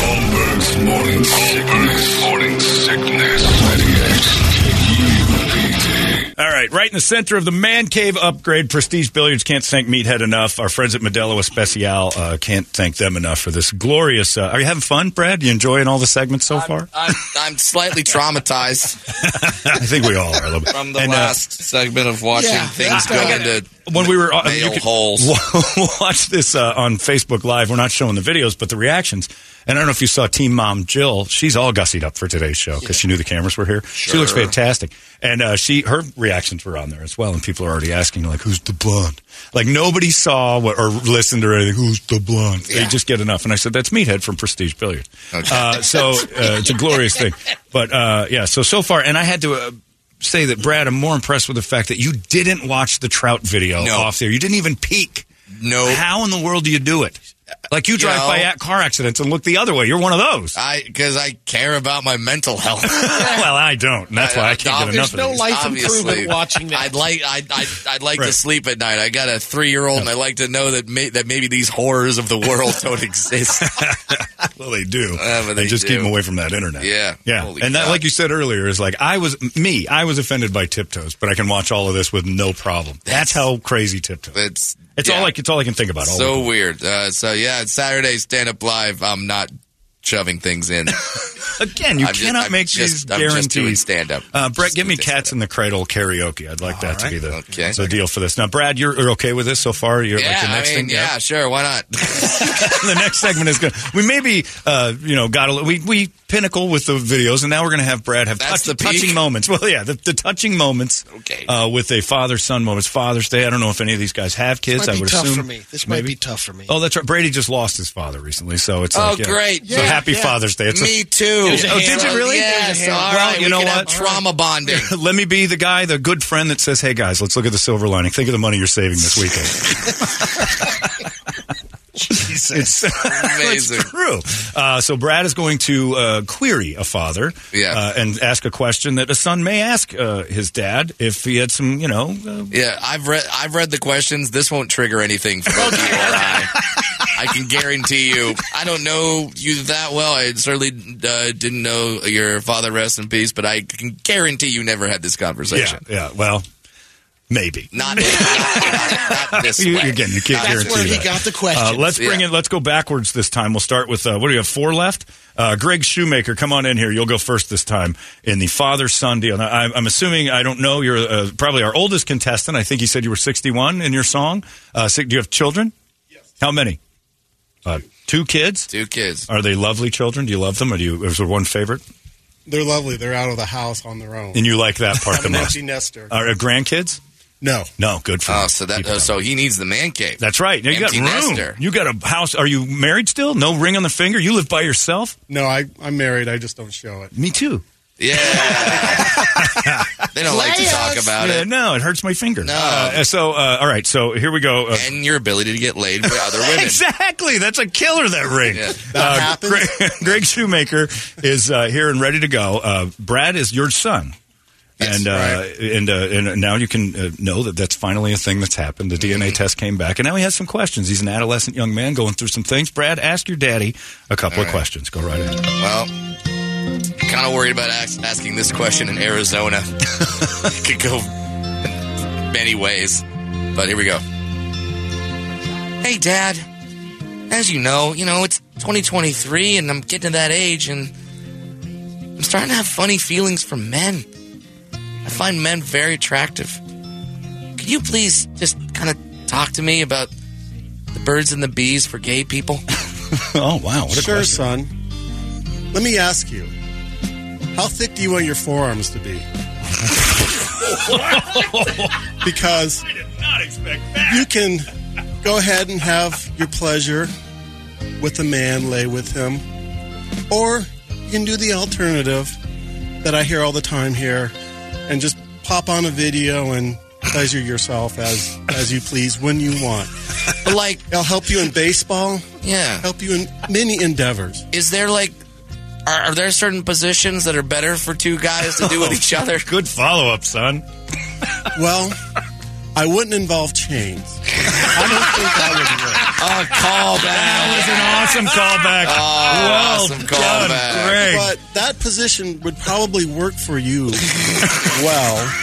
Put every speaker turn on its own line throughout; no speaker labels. Holmberg's morning sickness. Morning sickness. 98
All right, right in the center of the man cave upgrade, Prestige Billiards can't thank Meathead enough. Our friends at Modelo Especial uh, can't thank them enough for this glorious. Uh, are you having fun, Brad? You enjoying all the segments so far?
I'm, I'm slightly traumatized
I think we all are a little bit.
from the
And, uh,
last segment of watching
yeah,
things
I- I
go
gotta-
into
when we were uh,
nail
you could
holes.
wa- watch this uh, on Facebook Live. We're not showing the videos, but the reactions. And I don't know if you saw Team Mom Jill. She's all gussied up for today's show because she knew the cameras were here. She looks
Sure.
fantastic, and uh, she her reactions were on there as well. And people are already asking like, "Who's the blonde?" Like nobody saw what, or listened or anything. Who's the blonde? They
Yeah.
just get enough. And I said, "That's Meathead from Prestige Billiards."
Okay.
Uh, so uh, it's a glorious thing. But uh, yeah, so so far, and I had to. Uh, Say that, Brad. I'm more impressed with the fact that you didn't watch the Trout video
No.
off there. You didn't even peek.
no.
How in the world do you do it? Like you
You
drive
know-
by at car accidents and look the other way. You're one of those.
I because I care about my mental health.
well, I don't. And that's why I can't get enough
There's
of
no
these.
life
Obviously,
improvement watching that.
I'd like I'd, I'd, I'd like
Right.
to sleep at night. I got a three year old, and I like to know that may, that maybe these horrors of the world don't exist.
Well, they do.
Yeah, but they
and just keep
do.
them away from that internet.
Yeah.
yeah.
Holy
and that,
cow.
like you said earlier, is like I was me. I was offended by Tiptoes, but I can watch all of this with no problem. That's how crazy Tiptoes.
It's
It's all
yeah.
like it's all I can think about. all the
so
time.
weird. Uh, so yeah, it's Saturday stand up live. I'm not shoving things in.
again, you
I'm just-
cannot
I'm
make these
just- I'm
guarantees.
just doing stand-up.
Uh, Brett,
Just
give me
doing stand-up.
Cats in the Cradle karaoke. I'd like that to be the,
Okay.
the deal for this. Now, Brad, you're, you're okay with this so far? You're
yeah,
like the
I
next
mean,
thing.
yeah, sure. Why not?
the next segment is going. to We maybe uh, you know got a li- we we pinnacle with the videos, and now we're going to have Brad have touch-
That's the peak?
touching moments. Well, yeah, the, the touching moments.
Okay.
Uh, with a father son moment. It's Father's Day. I don't know if any of these guys have kids.
this might
I
be
would
tough
assume
for me. This might be tough for me.
Oh, that's right. Brady just lost his father recently, so it's
Oh,
like, yeah.
great.
So
Yeah,
happy
yeah.
Father's Day. It's a-
Me too.
There's a
Oh, did you really?
Yes.
There's a
All
hand.
right.
Well, you
we
know
can have
what?
Trauma bonding.
Let me be the guy, the good friend that says, "Hey guys, let's look at the silver lining. Think of the money you're saving this weekend." It's
Amazing.
it's true. Uh, so Brad is going to uh, query a father,
Yeah.
uh, and ask a question that a son may ask uh, his dad if he had some, you know, uh,
Yeah, I've read. I've read the questions. This won't trigger anything for both you or I. I can guarantee you. I don't know you that well. I certainly uh, didn't know your father. Rest in peace. But I can guarantee you never had this
yeah,
conversation.
yeah. Well, maybe.
Not, not, not this
You,
way.
again, you can't
Not
guarantee
this
That's where he
that.
got the
Uh,
question.
let's bring
Yeah.
it. Let's go backwards this time. We'll start with uh, what do you have? Four left. Uh, Greg Shoemaker, come on in here. You'll go first this time in the father son deal. Now, I, I'm assuming I don't know. You're uh, probably our oldest contestant. I think you said you were 61 in your song. Uh, si do you have children? Yes. How many? Uh, two kids.
Two kids.
Are they lovely children? Do you love them, or do you? Is there one favorite?
They're lovely. They're out of the house on their own.
And you like that part the
I'm an
most?
empty nester.
Are uh, grandkids?
No.
No, good for
Oh,
you.
so that
Keep it
uh,
up.
so he needs the man cave.
That's right. Now you got
Empty
room.
nester.
You got a house. Are you married still? No ring on the finger. You live by yourself.
No, I, I'm married. I just don't show it.
Me too.
yeah. they don't like to talk about
Yeah,
it.
no, it hurts my finger. No. Uh, so uh, all right. So here we go. Uh,
And your ability to get laid by other women.
Exactly. That's a killer, that ring.
Yeah.
Uh, Greg, Greg Shoemaker is uh, here and ready to go. Uh, Brad is your son. and, uh, and uh, and now you can uh, know that that's finally a thing that's happened. The
Mm-hmm.
DNA test came back, and now he has some questions. He's an adolescent young man going through some things. Brad, ask your daddy a couple of questions. Go right ahead.
Well, kind of worried about ask, asking this question in Arizona. Could go many ways, but here we go. Hey, Dad. As you know, you know it's 2023, and I'm getting to that age, and I'm starting to have funny feelings for men. I find men very attractive. Could you please just kind of talk to me about the birds and the bees for gay people?
Oh wow, what a
sure,
question.
son. Let me ask you. How thick do you want your forearms to be? because you can go ahead and have your pleasure with a man, lay with him, or you can do the alternative that I hear all the time here, and just pop on a video and pleasure yourself as as you please when you want.
But like,
I'll help you in baseball,
yeah.
help you in many endeavors.
is there like are, are there certain positions that are better for two guys to
Oh,
do with each other?
Good follow up, son.
Well, I wouldn't involve chains. I don't think that
Oh, call back.
That was an awesome callback. well
Ah, awesome
done,
callback.
Greg.
would work. But that position would probably work for you well.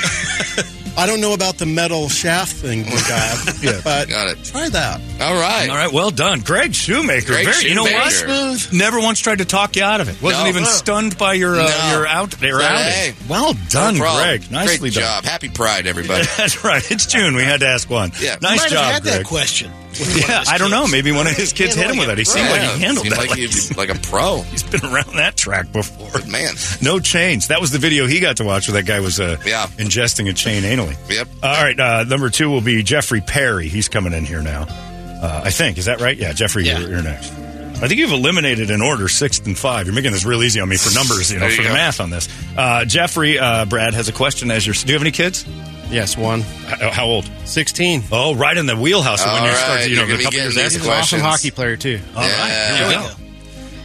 I don't know about the metal shaft thing, my God, but
Got it.
try that.
All right.
All right, well done, Greg Shoemaker.
Greg
Very- You know what?
Shoemaker.
Never once tried to talk you out of it. Wasn't
No.
even stunned by your uh,
No.
your out your
Said,
outing.
"Hey,
well done,
No problem.
Greg. Nicely
Great
done.
job. Happy Pride, everybody.
That's right. It's June. We had to ask one.
Yeah.
Nice
Might
job,
have had
Greg.
that question.
Yeah, I don't know. Maybe one of his kids
Yeah,
hit him with
like
it. He seemed
Yeah,
like he handled
seemed
that.
like
Like
he's like a pro.
he's been around that track before.
Good man.
No chains. That was the video he got to watch where that guy was uh,
Yeah.
ingesting a chain anally.
Yep.
All right. Uh, number two will be Jeffrey Perry. He's coming in here now. Uh, I think. Is that right? Yeah, Jeffrey,
Yeah.
You're, you're next. I think you've eliminated an order six and five. You're making this real easy on me for numbers, you know,
There you
for the
go.
math on this. Uh, Jeffrey, uh, Brad has a question as your. Do you have any kids?
Yes, one.
How, how old?
16.
Oh, right in the wheelhouse of when
All
you start,
right,
you know,
you're
a
gonna be
couple years
getting these
after.
He's an awesome questions. hockey
player, too.
All right, here
Yeah.
we
Here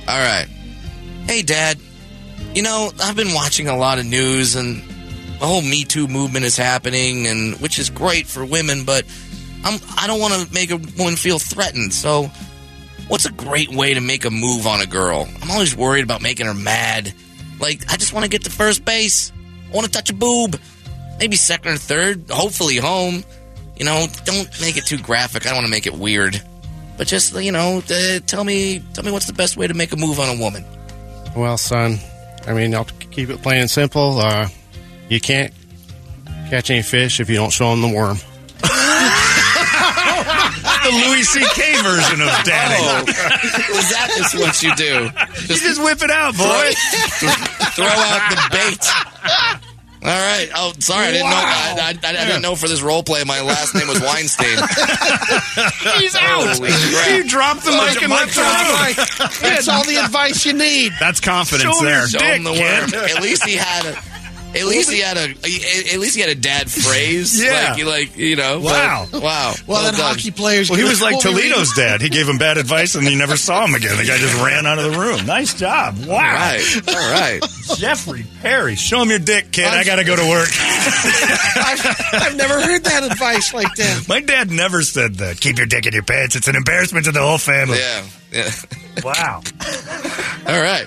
go.
All right. Hey, Dad. You know, I've been watching a lot of news, and the whole Me Too movement is happening, and which is great for women. But I'm I don't want to make a woman feel threatened. So, what's a great way to make a move on a girl? I'm always worried about making her mad. Like, I just want to get to first base. I want to touch a boob. Maybe second or third. Hopefully, home. You know, don't make it too graphic. I don't want to make it weird. But just you know, uh, tell me, tell me what's the best way to make a move on a woman.
Well, son, I mean, I'll keep it plain and simple. Uh, you can't catch any fish if you don't show them the worm.
The Louis C.K. version of Daddy.
Oh. is that just what you do?
You just whip it out, boy.
throw out the bait. All right. Oh, sorry. I didn't know. I, I, I didn't know for this role play. My last name was Weinstein. He's out. Holy
you
crap.
dropped the mic in my throat.
That's all the advice you need.
That's confidence
Show
there.
your
Show him the worm. At least he had a. At least he had a. At least he had a dad phrase.
Yeah.
Like, he like you know.
Wow.
but- wow.
Well,
Well
that
done.
hockey player's
Well, he was like
what we read-
Toledo's dad. He gave him bad advice, and he never saw him again. The guy just ran out of the room. Nice job. Wow.
All right. All right.
Jeffrey Perry. Show him your dick, kid. I got to go to work.
I've, I've never heard that advice like that.
My dad never said that. Keep your dick in your pants. It's an embarrassment to the whole family.
Yeah. Yeah.
Wow.
All right.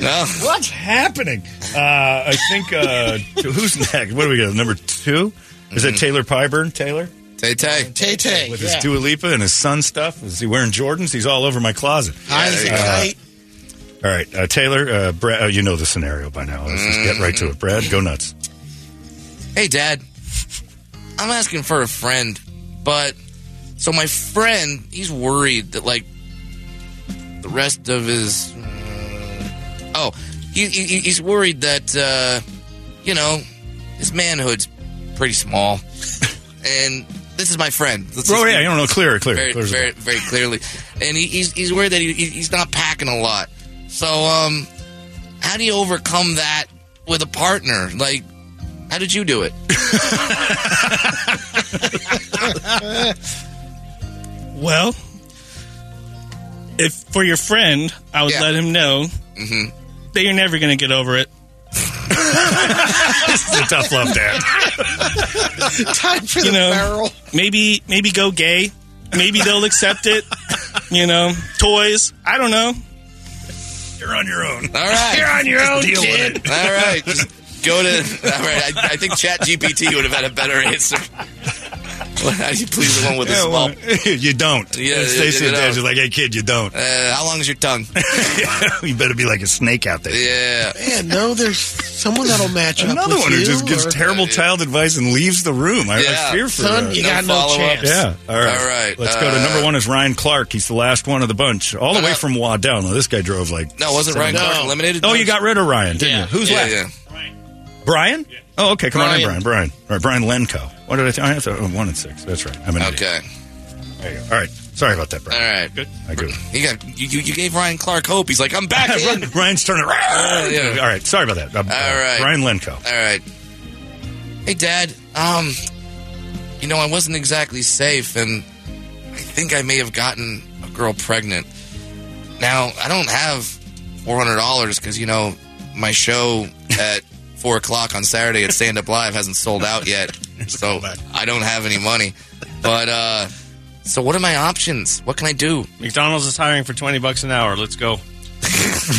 Well.
What's happening? Uh, I think, uh, who's next? What do we got? Number two? Is it Taylor Pyburn? Taylor?
Tay Tay.
Tay Tay.
With
Yeah.
his Dua Lipa and his son stuff? Is he wearing Jordans? He's all over my closet.
Eyes
Yeah,
Uh,
there
tight.
All right, uh, Taylor, uh, Brad, uh, you know the scenario by now. Let's just get right to it. Brad, go nuts.
Hey, Dad. I'm asking for a friend, but so my friend, he's worried that like the rest of his. Oh, he, he, he's worried that uh, you know his manhood's pretty small. and this is my friend. Let's
Oh
just
yeah,
be
you don't know. Clear, clear,
very,
clear as
very, very clearly. And he, he's he's worried that he, he- he's not packing a lot. So, um, how do you overcome that with a partner? Like, how did you do it?
Well, if for your friend, I would
Yeah.
let him know
Mm-hmm.
that you're never going to get over it.
It's a tough love, Dad.
Time for
You
the
know,
barrel.
maybe maybe go gay. Maybe they'll accept it. You know, toys. I don't know.
You're on your own.
All right,
You're on your own, kid.
all right. Just go to all right. I, I think Chat GPT would have had a better answer. Well, how do you please the one with a
Yeah,
small?
well, you don't.
Yeah,
And
yeah,
Stacy
you
and Dad's just
don't.
like, hey, kid, you don't.
Uh, how long is your tongue?
you better be like a snake out there.
Yeah.
Man, no, there's someone that'll match up
Another
with
one who
you,
just gives
or-
terrible child advice and leaves the room. I, I
Yeah.
fear for
Son,
that.
you
No
got no
follow-up.
chance.
Yeah. All right.
All right,
Let's go to
uh,
number one is Ryan Clark. He's the last one of the bunch, all the way
Uh,
from Waddell. Now, this guy drove like.
No, wasn't Ryan Clark eliminated?
Oh, you got rid of Ryan, didn't you? Who's
yeah,
left?
yeah.
Brian? Oh, okay. Come on in,
Brian.
Brian. Brian. All right. Brian Lenko. What did I tell I have to. oh, one and six. That's right. I'm an idiot.
Okay.
There you go. All right. Sorry about that,
All
Brian.
right. Good.
I go.
You got you, you- you gave Ryan Clark hope. He's like, I'm back in.
Brian's turning.
Oh, yeah.
All right. Sorry about that. All
right.
Brian Lenko.
All right. Hey, Dad. Um, you know, I wasn't exactly safe, and I think I may have gotten a girl pregnant. Now, I don't have four hundred dollars because you know my show at four o'clock on Saturday at Stand Up Live hasn't sold out yet, so I don't have any money. But uh, so, what are my options? What can I do?
McDonald's is hiring for twenty bucks an hour. Let's go.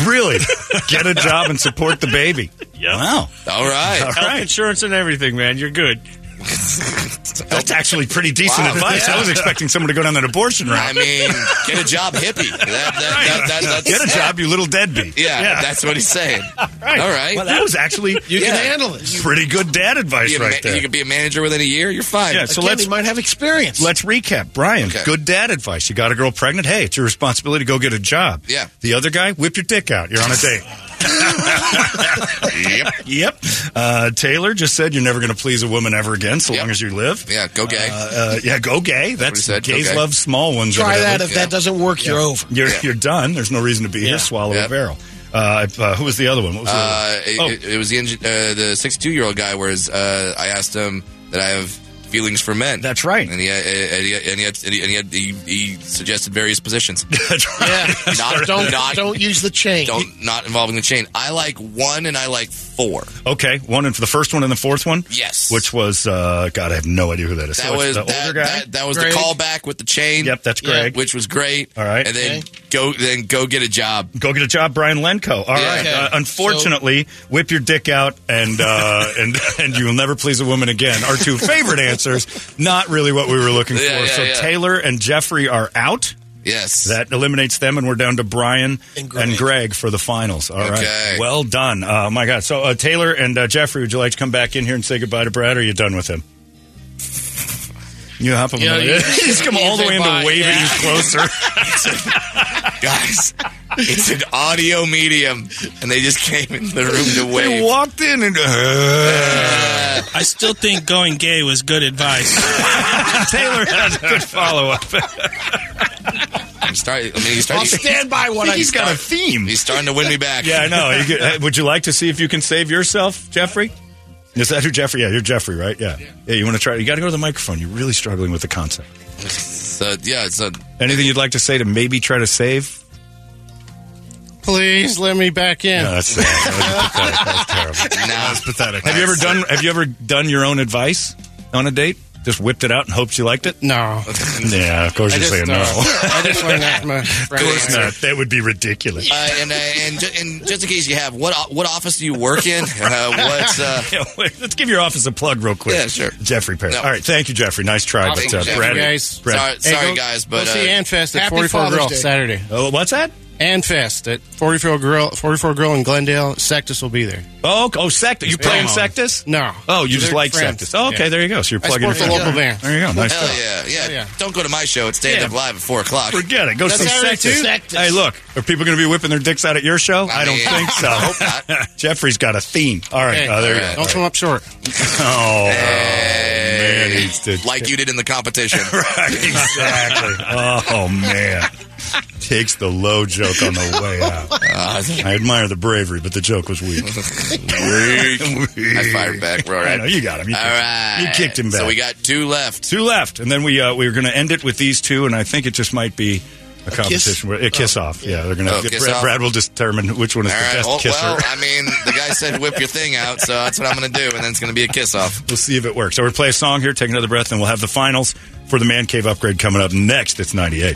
Really? Get a job and support the baby. Wow.
All right.
All right.
insurance and everything, man. You're good.
That's actually pretty decent
Wow.
advice. I was expecting someone to go down that abortion route.
I mean, get a job, hippie. That, that, that, that, that's,
Get a job, you little deadbeat.
Yeah, that's what he's saying. All right.
Well, that was actually
You
Yeah.
can handle this.
pretty good dad
Be
advice
a
right
ma-
there.
You could be a manager within a year. You're fine.
Yeah, so
Again,
let's
he might have experience.
let's recap. Brian,
Okay.
good dad advice. You got a girl pregnant. Hey, it's your responsibility to go get a job.
Yeah.
The other guy, whip your dick out. You're on a date.
yep.
yep. Uh, Taylor just said you're never going to please a woman ever again, so
Yep.
long as you live.
Yeah, go gay.
Uh, uh, yeah, go gay. That's
he said, go
gays
gay.
love small ones.
Try
evidently.
that. If that doesn't work, you're over.
You're,
Yeah.
you're done. There's no reason to be
Yeah.
here. Swallow
Yeah.
a barrel. Uh, uh, who was the other one? What was the
uh,
other
it,
one?
it, it was the engi- uh, the 62 year old guy. Whereas uh, I asked him that I have feelings for men.
That's right.
And he uh, and he and he, had, and he, and he, had, he, he suggested various positions.
Oh, that's right.
Yeah.
Not
don't
not
don't use the chain.
don't not involving the chain. I like one and I like four.
Oh, Okay, one and for the first one and the fourth one.
Yes.
which was uh, God, I have no idea who that is.
That
So it's
was
the
that,
older guy.
that that was
Greg.
the callback with the chain.
yep, that's Greg.
Which was great.
All right.
And then go then go get a job.
Go get a job, Brian Lenko. All right.
Yeah. Okay.
Uh, unfortunately, whip your dick out, and uh, and and you will never please a woman again. Our two favorite answers. Not really what we were looking
Yeah,
for.
yeah,
so
yeah.
Taylor and Jeffrey are out.
Yes.
That eliminates them, and we're down to Brian and
And
Greg,
Greg.
for the finals. All right,
Okay.
well done. Oh my God! So uh, Taylor and uh, Jeffrey, would you like to come back in here and say goodbye to Brad? Or are you done with him? You hop him.
Yeah,
on.
you-
just come all the way into
Bye.
waving you closer.
guys. It's an audio medium, and they just came in the room to
they
wave.
walked in and uh,
I still think going gay was good advice.
Taylor has a good follow up.
I'm starting. I mean, he's
I'll
starting.
stand by what I
He's got a
start.
theme.
He's starting to win me back.
Yeah, I know. You could- uh, would you like to see if you can save yourself, Jeffrey? Is that who Jeffrey? Yeah, you're Jeffrey, right? Yeah. Yeah, you want to try? You got to go to the microphone. You're really struggling with the concept.
So, yeah. It's a.
Anything you'd like to say to maybe try to save?
Please let me back in.
No, that's, that's pathetic. That's terrible.
Nah,
pathetic. Have you ever done? Have you ever done your own advice on a date? Just whipped it out and hoped you liked it?
No.
Yeah, of course
I
you're
just,
saying
uh,
no.
I just went after my friend.
course
Answer.
Not. That would be ridiculous.
Uh, and, uh, and ju- and just in case you have, what o- what office do you work in? Uh, what's uh,
Yeah, wait, let's give your office a plug real quick.
Yeah, sure.
Jeffrey Perry.
No.
All right, thank you, Jeffrey. Nice try.
Thank
but,
you,
uh,
Jeffrey.
Brad,
Guys,
Brad-
sorry, sorry
go-
guys,
Go
but
see
uh,
Anfest at
Happy
44
Father's
Grill
Day.
Saturday.
Oh, what's that?
and Fest at 44 Grill, 44 Grill in Glendale. Sectus will be there.
Oh, oh, Sectus. You playing
Yeah.
Sectus?
No.
Oh, you just
They're
like
friends.
Sectus. Oh, okay,
Yeah.
there you go. So you're
I
plugging it
support
in.
the local band.
There you go. Nice
Hell
stuff.
yeah,
Oh,
yeah, Don't go to my show. It's stand up live at four o'clock.
Forget it. Go
That's
see
Saturday,
Sectus.
too?
Hey, look, are people going to be whipping their dicks out at your show? I, don't
mean,
think so.
I hope
Jeffrey's got a theme. All right.
Hey,
oh, there
Don't
you
come up short.
go. Oh, man.
Hey,
He's the-
like you did in the competition.
exactly. Oh, man. Takes the low joke on the way out.
Uh,
I admire the bravery, but the joke was weak.
I fired back. We're All right.
I know, you got him. You
All
kicked him.
right.
You kicked him
So
back.
we got two left.
Two left, and then we uh, we were going to end it with these two, and I think it just might be a, competition, where- a kiss off. Yeah, they're going to.
Oh, kiss
Brad,
off?
Brad will determine which one is
All
the
right.
best
Well,
kisser.
well, I mean, the guy said whip your thing out, so that's what I'm going to do, and then it's going to be a kiss off.
We'll see if it works. So we're gonna play a song here, take another breath, and we'll have the finals for the man cave upgrade coming up next. It's ninety eight.